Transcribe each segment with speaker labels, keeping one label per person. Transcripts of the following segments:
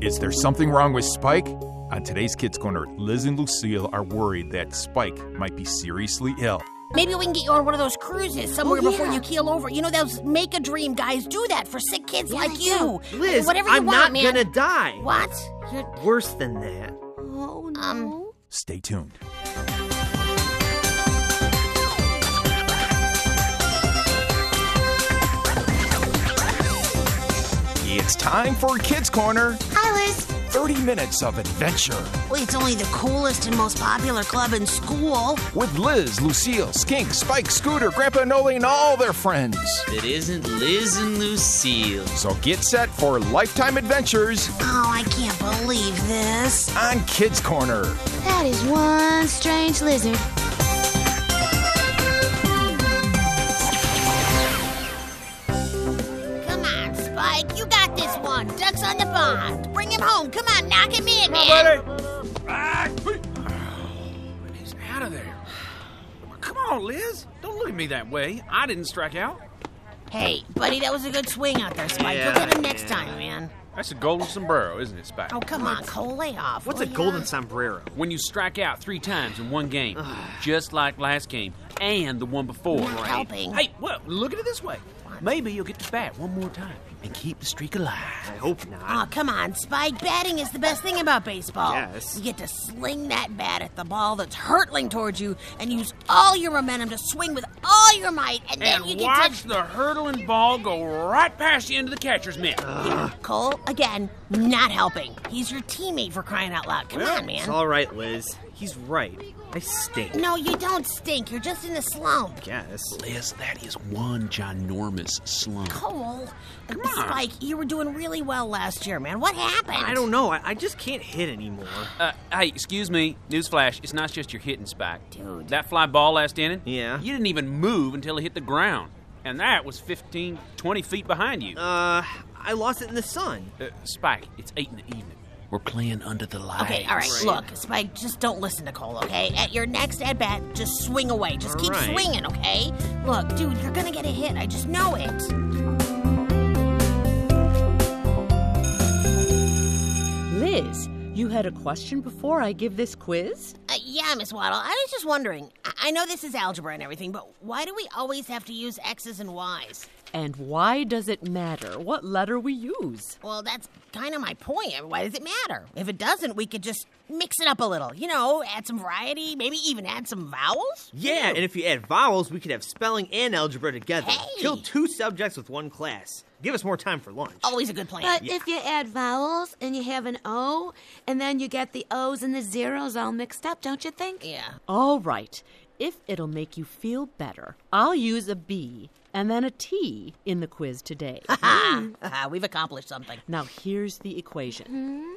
Speaker 1: Is there something wrong with Spike? On today's Kids Corner, Liz and Lucille are worried that Spike might be seriously ill.
Speaker 2: Maybe we can get you on one of those cruises somewhere
Speaker 3: Oh, yeah.
Speaker 2: before you keel over. You know, those make a dream guys do that for sick kids
Speaker 3: Yeah,
Speaker 2: like
Speaker 3: yeah.
Speaker 2: you.
Speaker 3: Liz,
Speaker 2: Whatever you
Speaker 3: I'm
Speaker 2: want,
Speaker 3: not
Speaker 2: man.
Speaker 3: gonna die.
Speaker 2: What? You're...
Speaker 3: Worse than that.
Speaker 2: Oh, no. Um,
Speaker 1: Stay tuned. It's time for Kids Corner
Speaker 2: hi, Liz.
Speaker 1: 30 minutes of adventure
Speaker 2: Well, it's only the coolest and most popular club in school.
Speaker 1: with Liz, Lucille, Skink, Spike, Scooter, Grandpa Noli, and all their friends.
Speaker 4: that isn't Liz and Lucille.
Speaker 1: So get set for lifetime adventures
Speaker 2: Oh, I can't believe this.
Speaker 1: on Kids Corner.
Speaker 5: That is one strange lizard.
Speaker 2: Come on, Spike. You got this one. Ducks on the pond. Bring him home. Come on, knock him in, man.
Speaker 6: He's out of there. Come on, Liz. Don't look at me that way. I didn't strike out.
Speaker 2: Hey, buddy, that was a good swing out there, Spike.
Speaker 6: Yeah,
Speaker 2: Look at him next time, man.
Speaker 6: That's a golden sombrero, isn't it, Spike?
Speaker 2: Oh, come on, Cole, lay off.
Speaker 3: What's
Speaker 2: will
Speaker 3: a
Speaker 2: ya?
Speaker 3: golden sombrero?
Speaker 6: When you strike out three times in one game, just like last game and the one before.
Speaker 2: Not helping.
Speaker 6: Hey, well, look at it this way. Maybe you'll get to bat one more time and keep the streak alive.
Speaker 3: I hope not.
Speaker 2: Oh, come on, Spike. Batting is the best thing about baseball.
Speaker 3: Yes.
Speaker 2: You get to sling that bat at the ball that's hurtling towards you and use all your momentum to swing with all your might, and then you
Speaker 6: And
Speaker 2: get
Speaker 6: watch
Speaker 2: to.
Speaker 6: the hurtling ball go right past you into the catcher's mitt.
Speaker 2: Cole, again, not helping. He's your teammate for crying out loud. Come on,
Speaker 3: It's
Speaker 2: man.
Speaker 3: all right, Liz. He's right. I stink.
Speaker 2: No, you don't stink. You're just in a slump.
Speaker 3: Guess.
Speaker 6: Liz, that is one ginormous slump.
Speaker 2: Cole, Spike, you were doing really well last year, man. What happened?
Speaker 3: I don't know. I, I just can't hit anymore.
Speaker 6: Uh, hey, excuse me. Newsflash, it's not just your hitting spike.
Speaker 2: Dude.
Speaker 6: That fly ball last inning?
Speaker 3: Yeah.
Speaker 6: You didn't even move until it hit the ground. And that was 15, 20 feet behind you.
Speaker 3: Uh, I lost it in the sun.
Speaker 6: Uh, Spike, it's 8 in the evening. We're playing under the lights.
Speaker 2: Okay, all right. Look, Spike, just don't listen to Cole, okay? At your next at bat, just swing away. Just keep
Speaker 3: Alright.
Speaker 2: swinging, okay? Look, dude, you're gonna get a hit. I just know it. Uh,
Speaker 7: Liz, you had a question before I give this quiz?
Speaker 2: Uh, yeah, Miss Waddle, I was just wondering. I-, I know this is algebra and everything, but why do we always have to use X's and Y's?
Speaker 7: And why does it matter what letter we use?
Speaker 2: Well, that's kind of my point. I mean, Why does it matter? If it doesn't, we could just mix it up a little. You know, add some variety, maybe even add some vowels?
Speaker 3: Yeah, and if you add vowels, we could have spelling and algebra together.
Speaker 2: Hey!
Speaker 3: Kill two subjects with one class. Give us more time for lunch.
Speaker 2: Always a good plan.
Speaker 5: But if you add vowels and you have an O, and then you get the O's and the zeros all mixed up, don't you think?
Speaker 2: yeah.
Speaker 7: All right, if it'll make you feel better, I'll use a B and then a T in the quiz today.
Speaker 2: Ah, we've accomplished something.
Speaker 7: now, here's the equation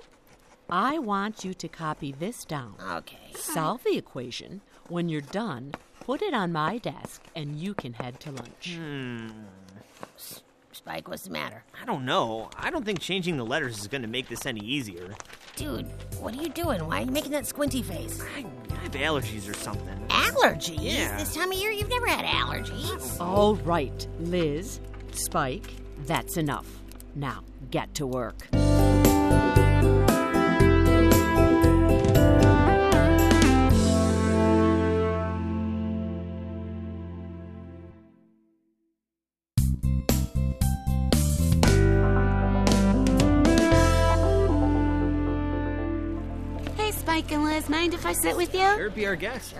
Speaker 7: I want you to copy this down,
Speaker 2: Uh, Okay.
Speaker 7: solve the equation. When you're done, put it on my desk and you can head to lunch.
Speaker 2: Spike, what's the matter?
Speaker 3: I don't know. I don't think changing the letters is going to make this any easier.
Speaker 2: Dude, what are you doing? Why are you making that squinty face?
Speaker 3: I, I have allergies or something.
Speaker 2: Allergies?
Speaker 3: Yeah.
Speaker 2: This time of year, you've never had allergies.
Speaker 7: All right, Liz, Spike, that's enough. Now, get to work.
Speaker 5: Hey, Spike and Liz, mind if I sit with you?
Speaker 3: There be our guest.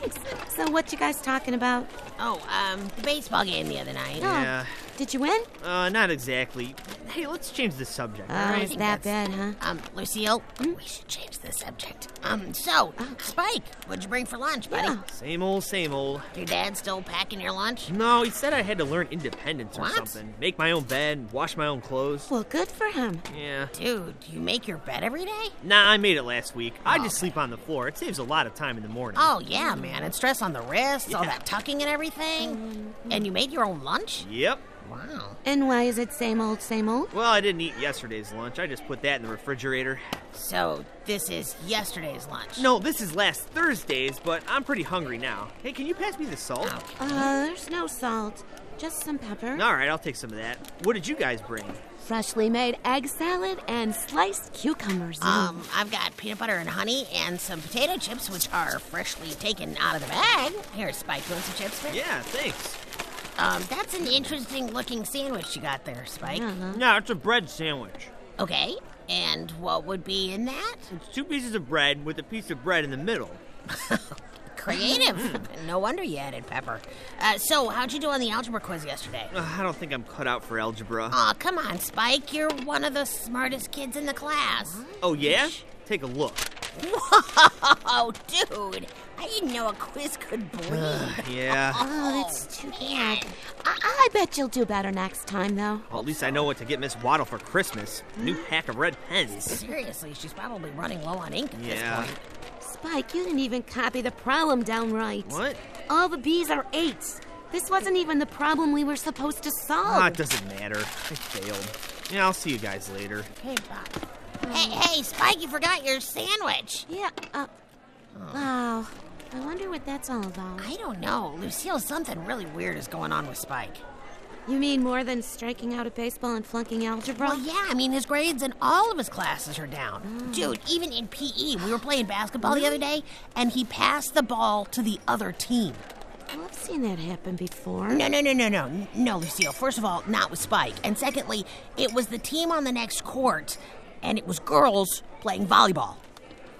Speaker 5: Thanks. So, what you guys talking about?
Speaker 2: Oh, um, the baseball game the other night.
Speaker 5: Oh,
Speaker 3: Yeah.
Speaker 5: Did you win?
Speaker 3: Uh, not exactly. Hey, let's change the subject.
Speaker 5: Oh,
Speaker 2: I
Speaker 5: it's
Speaker 2: think
Speaker 5: that
Speaker 2: that's-
Speaker 5: bad, huh?
Speaker 2: Um, Lucille, we should change the subject. Um, so, Spike, what'd you bring for lunch, buddy?
Speaker 5: Yeah.
Speaker 3: Same old, same old.
Speaker 2: Your dad still packing your lunch?
Speaker 3: No, he said I had to learn independence or
Speaker 2: What?
Speaker 3: something. Make my own bed, wash my own clothes.
Speaker 5: Well, good for him.
Speaker 3: Yeah.
Speaker 2: Dude, you make your bed every day?
Speaker 3: Nah, I made it last week. I just sleep on the floor. It saves a lot of time in the morning.
Speaker 2: Oh, yeah, man. And stress on the wrists, all
Speaker 3: Yeah.
Speaker 2: that tucking and everything. And you made your own lunch?
Speaker 3: Yep.
Speaker 2: Wow.
Speaker 5: And why is it same old, same old?
Speaker 3: Well, I didn't eat yesterday's lunch. I just put that in the refrigerator.
Speaker 2: So, this is yesterday's lunch?
Speaker 3: No, this is last Thursday's, but I'm pretty hungry now. Hey, can you pass me the salt?
Speaker 2: Oh.
Speaker 5: Uh, there's no salt, just some pepper.
Speaker 3: All right, I'll take some of that. What did you guys bring?
Speaker 5: freshly made egg salad, and sliced cucumbers.
Speaker 2: Um, I've got peanut butter and honey and some potato chips, which are freshly taken out of the bag. Here, Spike, you want some chips? man?
Speaker 3: Yeah, thanks.
Speaker 2: Um, that's an interesting looking sandwich you got there, Spike.
Speaker 3: No, it's a bread sandwich.
Speaker 2: Okay, and what would be in that?
Speaker 3: It's two pieces of bread with a piece of bread in the middle.
Speaker 2: Creative. no wonder you added pepper. Uh, so, how'd you do on the algebra quiz yesterday?
Speaker 3: Ugh, I don't think I'm cut out for algebra.
Speaker 2: Aw, come on, Spike. You're one of the smartest kids in the class.
Speaker 3: oh, yeah? Take a look.
Speaker 2: Oh, dude. I didn't know a quiz could bleed.
Speaker 3: Yeah.
Speaker 5: oh, that's too
Speaker 2: man.
Speaker 5: bad. I-, I bet you'll do better next time, though.
Speaker 3: Well, at least I know what to get Miss Waddle for Christmas. New pack of red pens.
Speaker 2: Seriously, she's probably running low on ink at
Speaker 3: Yeah.
Speaker 2: this point.
Speaker 5: Spike, you didn't even copy the problem down right.
Speaker 3: What?
Speaker 5: All the B's are eights. This wasn't even the problem we were supposed to solve.
Speaker 2: Oh.
Speaker 3: Ah, it doesn't matter. I failed. Yeah, I'll see you guys later.
Speaker 2: Hey, Bob. Hey, hey, Spike, you forgot your sandwich.
Speaker 5: yeah, uh, wow. I wonder what that's all about.
Speaker 2: I don't know. Lucille, something really weird is going on with Spike.
Speaker 5: You mean more than striking out at baseball and flunking algebra?
Speaker 2: Well, yeah, I mean, his grades in all of his classes are down. Dude, even in PE, we were playing basketball the other day, and he passed the ball to the other team.
Speaker 5: Well, I've seen that happen before.
Speaker 2: No, no, no, no, no. N- No, Lucille. First of all, not with Spike. And secondly, it was the team on the next court, and it was girls playing volleyball.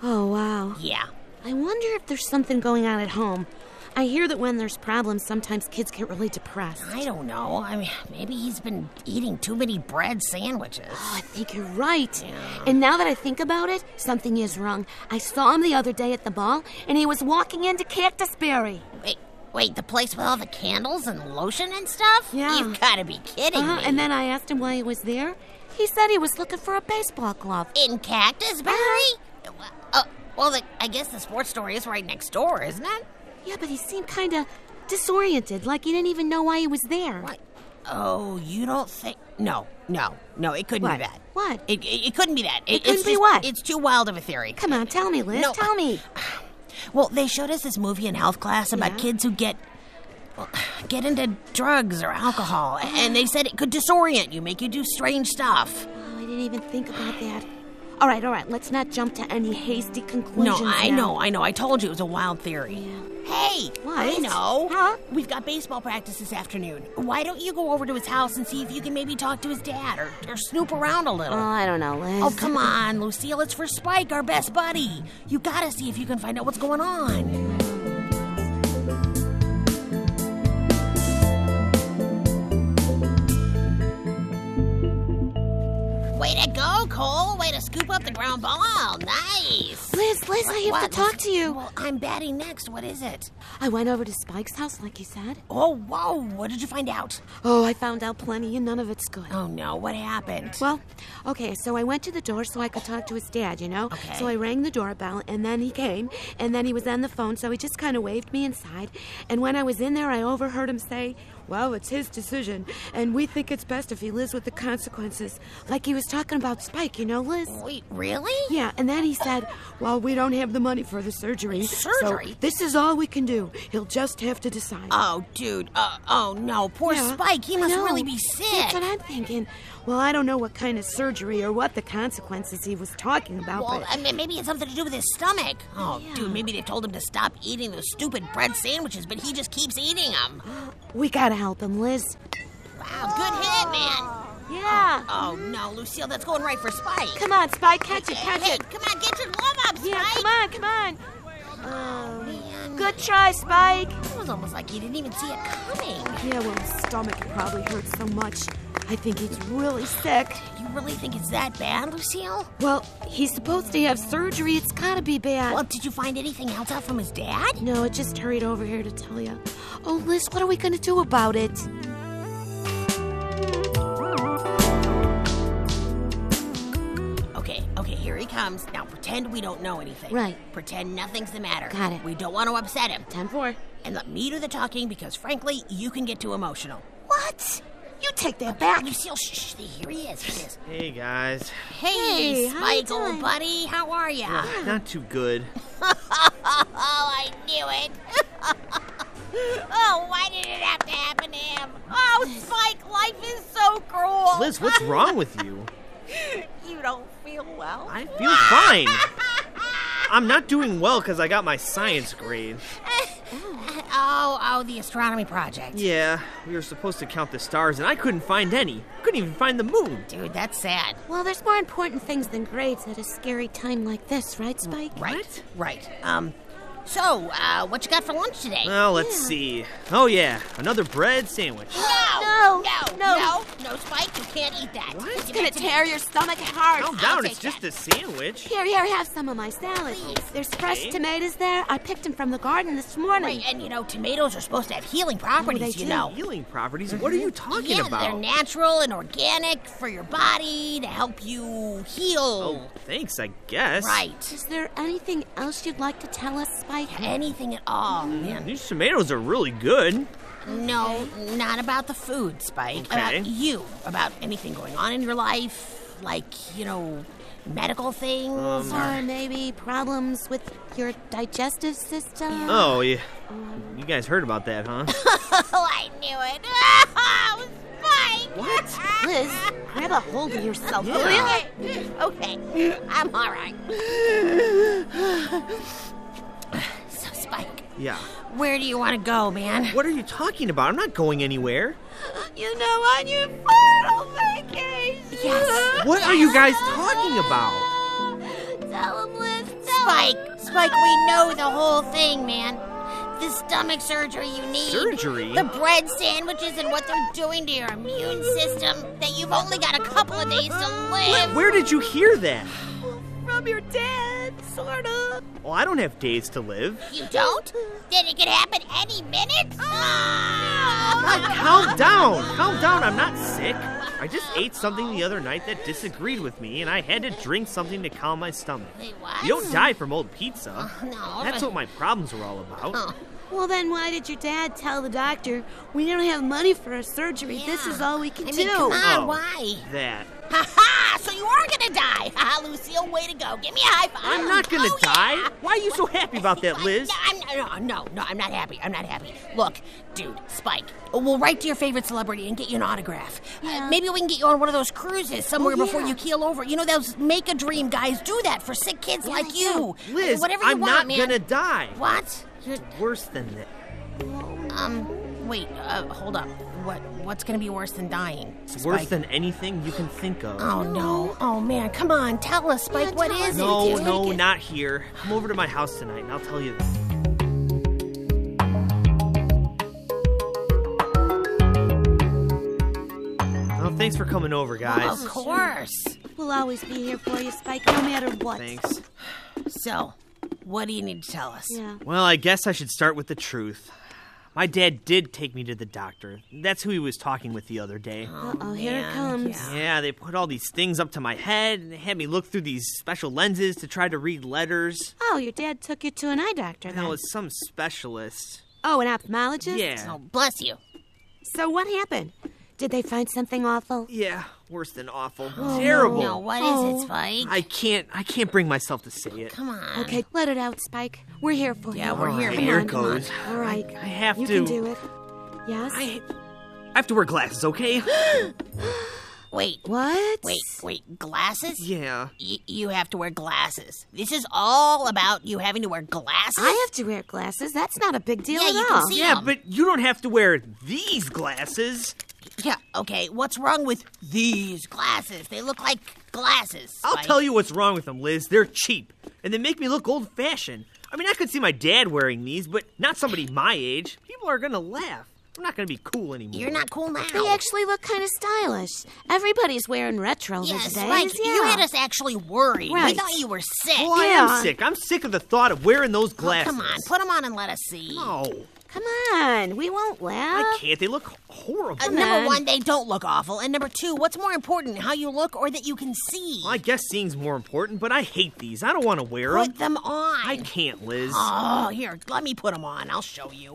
Speaker 5: Oh, wow.
Speaker 2: Yeah.
Speaker 5: I wonder if there's something going on at home. I hear that when there's problems, sometimes kids get really depressed.
Speaker 2: I don't know. I mean, maybe he's been eating too many bread sandwiches.
Speaker 5: I think you're right. And now that I think about it, something is wrong. I saw him the other day at the ball, and he was walking into Cactus Berry.
Speaker 2: Wait, wait, the place with all the candles and lotion and stuff?
Speaker 5: Yeah.
Speaker 2: You've got to be kidding
Speaker 5: Uh-huh,
Speaker 2: me.
Speaker 5: and then I asked him why he was there. He said he was looking for a baseball glove.
Speaker 2: In Cactus Berry?
Speaker 5: Uh-huh.
Speaker 2: Uh, well, the, I guess the sports store is right next door, isn't it?
Speaker 5: Yeah, but he seemed kind of disoriented, like he didn't even know why he was there.
Speaker 2: What? Oh, you don't think? No, no, no. It couldn't
Speaker 5: What?
Speaker 2: be that.
Speaker 5: What?
Speaker 2: It, it, it couldn't be that.
Speaker 5: It
Speaker 2: it's
Speaker 5: couldn't be
Speaker 2: just-
Speaker 5: what?
Speaker 2: It's too wild of a theory.
Speaker 5: Come on, tell me, Liz.
Speaker 2: No.
Speaker 5: Tell me.
Speaker 2: Well, they showed us this movie in health class about
Speaker 5: Yeah.
Speaker 2: kids who get well, get into drugs or alcohol, and they said it could disorient you, make you do strange stuff.
Speaker 5: Oh, I didn't even think about that. All right, all right. Let's not jump to any hasty
Speaker 2: No,
Speaker 5: conclusions.
Speaker 2: I
Speaker 5: now.
Speaker 2: know, I know. I told you it was a wild theory. Hey,
Speaker 5: What?
Speaker 2: I know.
Speaker 5: Huh?
Speaker 2: We've got baseball practice this afternoon. Why don't you go over to his house and see if you can maybe talk to his dad or, or snoop around a little?
Speaker 5: Oh, I don't know, Liz.
Speaker 2: Oh, come on, Lucille. It's for Spike, our best buddy. You gotta see if you can find out what's going on. Way to go, Cole. Way to scoop up the ground ball. Nice.
Speaker 5: Liz, Liz, I have
Speaker 2: What?
Speaker 5: to talk to you.
Speaker 2: Well, I'm batting next. What is it?
Speaker 5: I went over to Spike's house, like he said.
Speaker 2: Oh, whoa. What did you find out?
Speaker 5: Oh, I found out plenty, and none of it's good.
Speaker 2: Oh, no. What happened?
Speaker 5: Well, okay, so I went to the door so I could talk to his dad, you know?
Speaker 2: Okay.
Speaker 5: So I rang the doorbell, and then he came, and then he was on the phone, so he just kind of waved me inside. And when I was in there, I overheard him say, Well, it's his decision, and we think it's best if he lives with the consequences. Like he was talking about Spike, you know, Liz?
Speaker 2: Wait, really?
Speaker 5: Yeah, and then he said, Well, we don't have the money for the surgery. so
Speaker 2: Surgery?
Speaker 5: this is all we can do. He'll just have to decide.
Speaker 2: Oh, dude. Uh, oh, no. Poor
Speaker 5: Yeah,
Speaker 2: Spike. He
Speaker 5: I
Speaker 2: must
Speaker 5: know.
Speaker 2: really be sick.
Speaker 5: That's what I'm thinking. Well, I don't know what kind of surgery or what the consequences he was talking about,
Speaker 2: Well,
Speaker 5: but
Speaker 2: I mean, maybe it's something to do with his stomach. Oh,
Speaker 5: Yeah.
Speaker 2: dude, maybe they told him to stop eating those stupid bread sandwiches, but he just keeps eating them.
Speaker 5: we gotta help him, Liz.
Speaker 2: Wow, good hit, man.
Speaker 5: Yeah.
Speaker 2: Oh, no, Lucille, that's going right for Spike.
Speaker 5: Come on, Spike, catch it, catch
Speaker 2: hey,
Speaker 5: it.
Speaker 2: come on, get your glove up, Spike. Oh,
Speaker 5: Yeah, come on, come on. Um,
Speaker 2: Man,
Speaker 5: Good try, Spike.
Speaker 2: It was almost like he didn't even see it coming.
Speaker 5: Yeah, well, his stomach probably hurts so much. I think he's really sick.
Speaker 2: You really think it's that bad, Lucille?
Speaker 5: Well, he's supposed to have surgery. It's gotta be bad.
Speaker 2: Well, did you find anything else out from his dad?
Speaker 5: No, I just hurried over here to tell you. Oh, Liz, what are we gonna do about it?
Speaker 2: Okay, okay, here he comes. Now pretend we don't know anything.
Speaker 5: Right.
Speaker 2: Pretend nothing's the matter.
Speaker 5: Got it.
Speaker 2: We don't want to upset him.
Speaker 5: Ten four.
Speaker 2: And let me do the talking because, frankly, you can get too emotional.
Speaker 5: What? You take that back.
Speaker 2: Lucille, shh, shh, here he is. Here he is.
Speaker 3: Hey, guys.
Speaker 2: Hey,
Speaker 5: Hey, how you
Speaker 2: Spike, old
Speaker 5: doing?
Speaker 2: buddy, how are ya?
Speaker 3: Not too good.
Speaker 2: Oh, I knew it. Oh, why did it have to happen to him? Oh, Spike, life is so cruel.
Speaker 3: Liz, what's wrong with you?
Speaker 2: you don't feel well.
Speaker 3: I feel fine. I'm not doing well because I got my science grade.
Speaker 2: oh, oh, the astronomy project.
Speaker 3: Yeah, we were supposed to count the stars and I couldn't find any. Couldn't even find the moon.
Speaker 2: Dude, that's sad.
Speaker 5: Well, there's more important things than grades at a scary time like this, right, Spike?
Speaker 2: Right. Right. Um, so, uh, what you got for lunch today?
Speaker 3: Well, let's see. Oh, yeah, another bread sandwich.
Speaker 2: no,
Speaker 5: No,
Speaker 2: no,
Speaker 5: no.
Speaker 2: no, no, Spike, you can't eat that. What?
Speaker 5: It's gonna tear your stomach apart.
Speaker 3: Calm
Speaker 2: I'll
Speaker 3: down,
Speaker 2: take
Speaker 3: it's just a sandwich.
Speaker 5: Here, here, have some of my salad. There's fresh tomatoes there. I picked them from the garden this morning.
Speaker 2: And you know, tomatoes are supposed to have healing properties,
Speaker 5: they
Speaker 2: you
Speaker 5: do.
Speaker 2: know. Mm-hmm.
Speaker 3: Healing properties? What are you talking
Speaker 2: yeah, they're
Speaker 3: about?
Speaker 2: natural and organic for your body to help you heal.
Speaker 3: oh, thanks, I guess.
Speaker 2: Right.
Speaker 5: Is there anything else you'd like to tell us, Spike?
Speaker 2: Anything at all, man.
Speaker 3: These tomatoes are really good.
Speaker 2: No, not about the food, Spike.
Speaker 3: Okay.
Speaker 2: About you. About anything going on in your life. Like, you know, medical things.
Speaker 3: Oh,
Speaker 5: Or maybe problems with your digestive system?
Speaker 3: Oh, yeah. You guys heard about that, huh?
Speaker 2: Oh, I knew it. Oh, Spike.
Speaker 3: What?
Speaker 5: Liz, grab a hold of yourself. will ya?
Speaker 2: Really? Okay, I'm all right. so, Spike,
Speaker 3: yeah.
Speaker 2: where do you want to go, man?
Speaker 3: What are you talking about? I'm not going anywhere.
Speaker 2: You know, on your final vacation. Yes.
Speaker 3: What are you guys talking about?
Speaker 5: Tell him, Liz.
Speaker 2: Spike, Spike, we know the whole thing, man. The stomach surgery you need.
Speaker 3: Surgery?
Speaker 2: The bread sandwiches and what they're doing to your immune system. That you've only got a couple of days to live.
Speaker 3: Where did you hear that?
Speaker 5: From your dad, sort of.
Speaker 3: Well, I don't have days to live.
Speaker 2: You don't? Then it could happen any minute? Ah!
Speaker 3: Calm down! Calm down, I'm not sick. I just ate something the other night that disagreed with me, and I had to drink something to calm my stomach.
Speaker 2: Wait, what? Uh-huh.
Speaker 3: You don't die from old pizza.
Speaker 2: no.
Speaker 3: That's what my problems were all about.
Speaker 2: Oh.
Speaker 5: Well, then why did your dad tell the doctor we don't have money for a surgery? This
Speaker 2: Yeah.
Speaker 5: is all we can
Speaker 2: I
Speaker 5: do.
Speaker 2: mean, come on,
Speaker 3: Oh.
Speaker 2: why?
Speaker 3: That.
Speaker 2: Ha ha! So you are gonna die! Ha ha, Lucille, way to go! Give me a high five!
Speaker 3: I'm not gonna
Speaker 2: Oh,
Speaker 3: die.
Speaker 2: yeah.
Speaker 3: Why are you so happy about that, Liz?
Speaker 2: No, I'm, no, no, no, I'm not happy. I'm not happy. Look, dude, Spike, we'll write to your favorite celebrity and get you an autograph. Uh, maybe we can get you on one of those cruises somewhere before you keel over. You know, those make a dream guys do that for sick kids like you.
Speaker 3: Liz,
Speaker 2: Whatever you
Speaker 3: I'm
Speaker 2: want,
Speaker 3: not
Speaker 2: man.
Speaker 3: gonna die.
Speaker 2: What? You're,
Speaker 3: Worse than that.
Speaker 2: um, wait, uh, hold up. What? What's gonna be worse than dying?
Speaker 3: It's worse
Speaker 2: Spike?
Speaker 3: than anything you can think of.
Speaker 2: Oh no! Oh man! Come on, tell us, Spike. what
Speaker 5: tell
Speaker 2: is
Speaker 5: us.
Speaker 2: it?
Speaker 3: no,
Speaker 2: dude?
Speaker 3: no, not here. Come over to my house tonight, and I'll tell you. Well, thanks for coming over, guys.
Speaker 2: Of course.
Speaker 5: We'll always be here for you, Spike, no matter what.
Speaker 3: Thanks.
Speaker 2: So, what do you need to tell us?
Speaker 5: Yeah.
Speaker 3: Well, I guess I should start with the truth. My dad did take me to the doctor. That's who he was talking with the other day.
Speaker 5: Oh, here it comes.
Speaker 3: Yeah, they put all these things up to my head and they had me look through these special lenses to try to read letters.
Speaker 5: Oh, your dad took you to an eye doctor then.
Speaker 3: That was some specialist.
Speaker 5: Oh, an ophthalmologist?
Speaker 3: Yeah.
Speaker 2: Oh, bless you.
Speaker 5: So what happened? Did they find something awful?
Speaker 3: Yeah, worse than awful. Terrible.
Speaker 2: Oh, No, what is
Speaker 5: Oh.
Speaker 2: it, Spike?
Speaker 3: I can't I can't bring myself to say it.
Speaker 2: Come on.
Speaker 5: Okay, let it out, Spike. We're here for
Speaker 2: Yeah,
Speaker 5: you.
Speaker 2: we're here,
Speaker 3: Hey,
Speaker 2: man.
Speaker 3: here it
Speaker 2: Come on.
Speaker 3: goes.
Speaker 5: All right.
Speaker 3: I have
Speaker 5: you
Speaker 3: to
Speaker 5: can do it. Yes?
Speaker 3: I I have to wear glasses, okay?
Speaker 2: Wait,
Speaker 5: What?
Speaker 2: wait, wait. Glasses?
Speaker 3: yeah.
Speaker 2: Y- you have to wear glasses. This is all about you having to wear glasses.
Speaker 5: I have to wear glasses. That's not a big deal
Speaker 2: Yeah,
Speaker 5: at
Speaker 2: you
Speaker 5: all.
Speaker 2: can see
Speaker 3: Yeah,
Speaker 2: them.
Speaker 3: but you don't have to wear these glasses.
Speaker 2: Yeah. Okay. What's wrong with these glasses? They look like glasses.
Speaker 3: I'll tell you what's wrong with them, Liz. They're cheap, and they make me look old fashioned. I mean, I could see my dad wearing these, but not somebody my age. People are gonna laugh. I'm not gonna be cool anymore.
Speaker 2: You're not cool now.
Speaker 5: They actually look kind of stylish. Everybody's wearing retro
Speaker 2: Yeah,
Speaker 5: these days.
Speaker 2: Spike. You
Speaker 5: Yeah.
Speaker 2: had us actually worried. We
Speaker 5: Right.
Speaker 2: thought you were sick.
Speaker 3: Well, I am
Speaker 5: Yeah.
Speaker 3: sick. I'm sick of the thought of wearing those glasses.
Speaker 2: Oh, Come on, put them on Uh, and let us see.
Speaker 3: No,
Speaker 5: Come on, we won't laugh.
Speaker 3: I can't. They look horrible.
Speaker 2: Uh, number
Speaker 5: on.
Speaker 2: one, they don't look awful. And number two, what's more important, how you look or that you can see?
Speaker 3: I guess seeing's more important, but I hate these. I don't want to wear them.
Speaker 2: Put them on.
Speaker 3: I can't, Liz.
Speaker 2: Oh, here, let me put them on. I'll show you.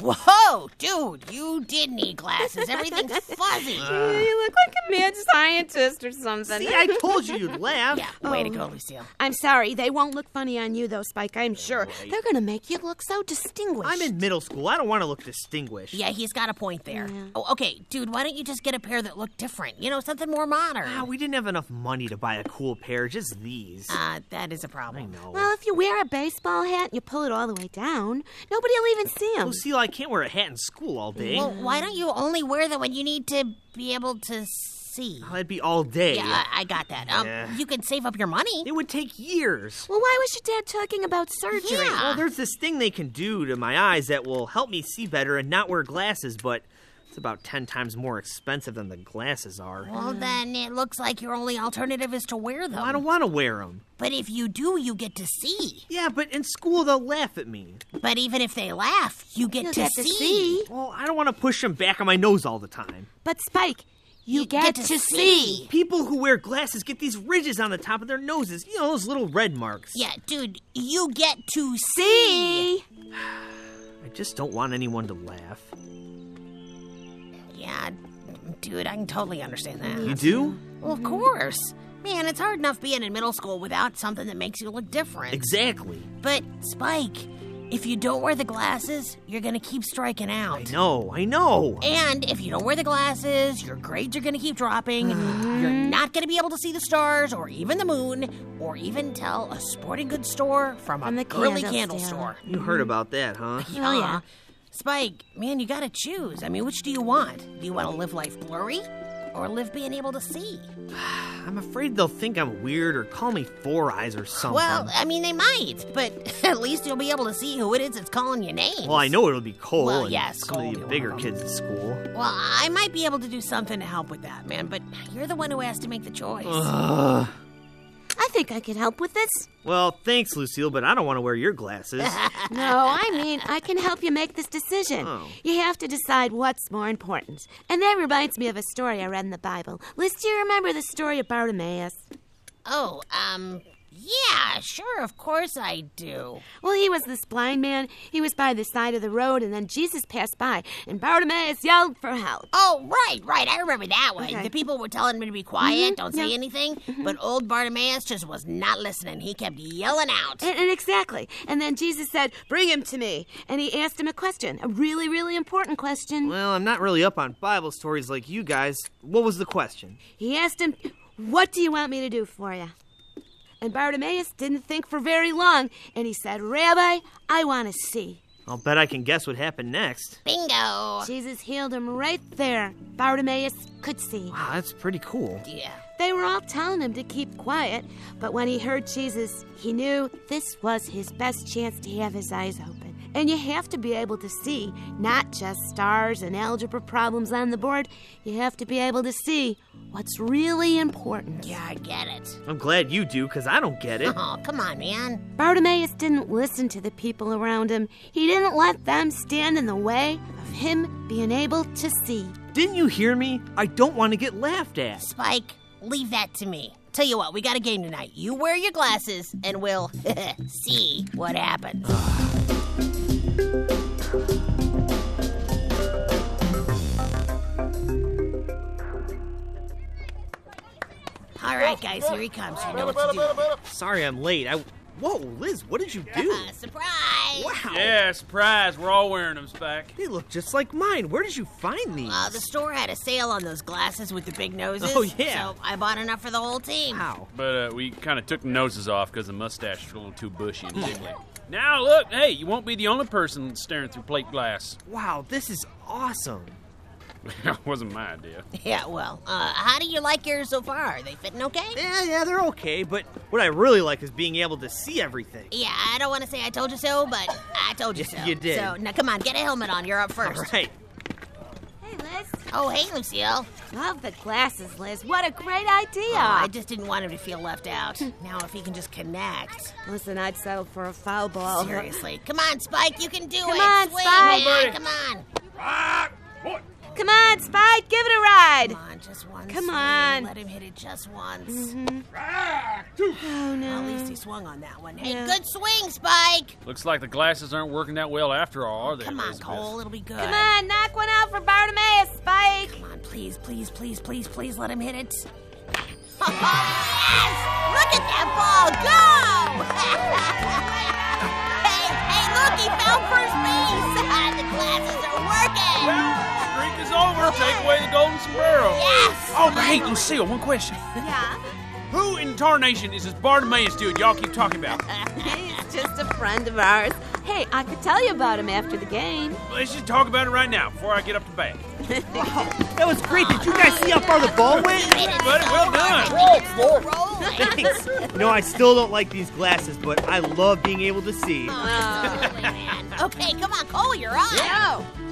Speaker 3: Uh-huh.
Speaker 2: Whoa, dude, you did need glasses. Everything's fuzzy.
Speaker 3: Uh-huh.
Speaker 5: You look like a mad scientist or something.
Speaker 3: See, I told you you'd laugh.
Speaker 2: yeah, way to go, Lucille.
Speaker 5: I'm sorry, they won't look funny on you though, Spike. I'm sure they're gonna make you look so distinguished.
Speaker 3: I'm in middle cool. I don't want to look distinguished.
Speaker 2: Yeah, he's got a point there. Oh, okay, dude, why don't you just get a pair that look different? You know, something more modern.
Speaker 3: Ah, we didn't have enough money to buy a cool pair, just these.
Speaker 2: uh, that is a problem.
Speaker 5: Well, if you wear a baseball hat and you pull it all the way down, nobody will even see him.
Speaker 3: Lucille, I can't wear a hat in school all day.
Speaker 2: Well, why don't you only wear them when you need to be able to see?
Speaker 3: That'd be all day.
Speaker 2: Yeah, I, I got that. Um,
Speaker 3: Oh, Yeah.
Speaker 2: you can save up your money.
Speaker 3: It would take years.
Speaker 5: Well, why was your dad talking about surgery?
Speaker 2: Yeah.
Speaker 3: Well, there's this thing they can do to my eyes that will help me see better and not wear glasses, but it's about 10 times more expensive than the glasses are.
Speaker 2: Well,
Speaker 5: Mm.
Speaker 2: then it looks like your only alternative is to wear them.
Speaker 3: I don't want to wear them.
Speaker 2: But if you do, you get to see.
Speaker 3: Yeah, but in school they'll laugh at me.
Speaker 2: But even if they laugh, you get,
Speaker 5: You'll
Speaker 2: to,
Speaker 5: get
Speaker 2: see.
Speaker 5: to see.
Speaker 3: Well, I don't want to push them back on my nose all the time.
Speaker 5: But Spike, you, get, to, see.
Speaker 3: People who wear glasses get these ridges on the top of their noses. You know, those little red marks.
Speaker 2: Yeah, dude, you get to see.
Speaker 5: See?
Speaker 3: I just don't want anyone to laugh.
Speaker 2: Yeah, dude, I can totally understand that.
Speaker 3: You do?
Speaker 2: Well, of course. Man, it's hard enough being in middle school without something that makes you look different.
Speaker 3: Exactly.
Speaker 2: but, Spike, if you don't wear the glasses, you're gonna keep striking out.
Speaker 3: I know, I know.
Speaker 2: And if you don't wear the glasses, your grades are going to keep dropping. You're not going to be able to see the stars or even the moon or even tell a sporting goods store from a
Speaker 5: From the
Speaker 2: girly
Speaker 5: candle
Speaker 2: candle
Speaker 5: stand.
Speaker 2: store.
Speaker 3: You heard about that, huh?
Speaker 2: Oh, yeah. Spike, man, you got to choose. I mean, which do you want? Do you want to live life blurry or live being able to see?
Speaker 3: I'm afraid they'll think I'm weird or call me Four Eyes or something.
Speaker 2: Well, I mean, they might, but at least you'll be able to see who it is that's calling your name.
Speaker 3: Well, I know it'll be Cole
Speaker 2: Well,
Speaker 3: and
Speaker 2: yeah,
Speaker 3: some
Speaker 2: Cole
Speaker 3: of
Speaker 2: will
Speaker 3: the
Speaker 2: be
Speaker 3: bigger
Speaker 2: one of
Speaker 3: kids at school.
Speaker 2: Well, I might be able to do something to help with that, man, but you're the one who has to make the choice.
Speaker 5: I think I can help with this.
Speaker 3: Well, thanks, Lucille, but I don't want to wear your glasses.
Speaker 5: No, I mean, I can help you make this decision. You have to decide what's more important. And that reminds me of a story I read in the Bible. Liz, do you remember the story of Bartimaeus?
Speaker 2: Oh, um, yeah, sure, of course I do.
Speaker 5: Well, he was this blind man. He was by the side of the road, and then Jesus passed by, and Bartimaeus yelled for help.
Speaker 2: Oh, right, right, I remember that one.
Speaker 5: Okay. Mm-hmm,
Speaker 2: The people were telling me to be quiet, don't say
Speaker 5: yeah. Mm-hmm.
Speaker 2: anything, but old Bartimaeus just was not listening. He kept yelling out.
Speaker 5: And, and exactly. And then Jesus said, Bring him to me. And he asked him a question, a really, really important question.
Speaker 3: well, I'm not really up on Bible stories like you guys. What was the question?
Speaker 5: He asked him, What do you want me to do for you? And Bartimaeus didn't think for very long, and he said, Rabbi, I want to see.
Speaker 3: I'll bet I can guess what happened next.
Speaker 2: Bingo.
Speaker 5: Jesus healed him right there. Bartimaeus could see.
Speaker 3: Wow, that's pretty cool.
Speaker 2: Yeah.
Speaker 5: They were all telling him to keep quiet, but when he heard Jesus, he knew this was his best chance to have his eyes open. And you have to be able to see, not just stars and algebra problems on the board. You have to be able to see what's really important.
Speaker 2: Yeah, I get it.
Speaker 3: I'm glad you do, because I don't get it.
Speaker 2: Oh, come on, man.
Speaker 5: Bartimaeus didn't listen to the people around him, he didn't let them stand in the way of him being able to see.
Speaker 3: Didn't you hear me? I don't want to get laughed at.
Speaker 2: Spike, leave that to me. Tell you what, we got a game tonight. You wear your glasses, and we'll see what happens. All right, guys, here he comes. You know what to do.
Speaker 3: Sorry I'm late. I. Whoa, Liz, what did you do?
Speaker 2: Uh, surprise!
Speaker 3: Wow.
Speaker 6: Yeah, surprise. We're all wearing them, Spike.
Speaker 3: They look just like mine. Where did you find these?
Speaker 2: Uh, the store had a sale on those glasses with the big noses.
Speaker 3: Oh, yeah.
Speaker 2: So I bought enough for the whole team.
Speaker 3: Wow.
Speaker 6: But uh, we kind of took the noses off because the mustache was a little too bushy and jiggly. Now look, hey, you won't be the only person staring through plate glass.
Speaker 3: Wow, this is awesome.
Speaker 6: that wasn't my idea.
Speaker 2: Yeah, well, uh, how do you like yours so far? Are they fitting okay?
Speaker 3: Yeah, Eh, yeah, they're okay, but what I really like is being able to see everything.
Speaker 2: Yeah, I don't want to say I told you so, but I told you so.
Speaker 3: You did.
Speaker 2: So now come on, get a helmet on. You're up first.
Speaker 3: All right.
Speaker 5: Hey, Liz.
Speaker 2: Oh, hey, Lucille.
Speaker 5: Love the glasses, Liz. What a great idea.
Speaker 2: Oh, I just didn't want him to feel left out. now, if he can just connect.
Speaker 5: Listen, I'd settle for a foul ball.
Speaker 2: Seriously. Come on, Spike, you can do it.
Speaker 5: Oh. on,
Speaker 2: Swing,
Speaker 5: Spike.
Speaker 2: man, Come on.
Speaker 5: Come on, Spike, give it a ride.
Speaker 2: Come on, just one.
Speaker 5: Come
Speaker 2: swing.
Speaker 5: on.
Speaker 2: Let him hit it just once.
Speaker 5: Oh
Speaker 2: Well,
Speaker 5: no.
Speaker 2: at least he swung on that one. Hey, good swing, Spike.
Speaker 6: Looks like the glasses aren't working that well after all, are they?
Speaker 2: Come on,
Speaker 6: Elizabeth?
Speaker 2: Cole. It'll be good.
Speaker 5: Come on, knock one out for Bartimaeus, Spike.
Speaker 2: Come on, please, please, please, please, please let him hit it. yes! Look at that ball go! hey, hey, look, he found first base! the
Speaker 6: Talk is over. Take away the golden sombrero.
Speaker 2: Yes!
Speaker 6: Oh, but hey, Lucille, one question.
Speaker 5: Yeah,
Speaker 6: Who in tarnation is this Bartimaeus dude y'all keep talking about?
Speaker 5: he's just a friend of ours. Hey, I could tell you about him after the game.
Speaker 6: Let's just talk about it right now before I get up to bat.
Speaker 3: That was great. Did you guys see how far the ball went?
Speaker 6: Hey, buddy, well done.
Speaker 3: Thanks. You know, I still don't like these glasses, but I love being able to see.
Speaker 2: Okay, come on, Cole, you're on.
Speaker 5: No,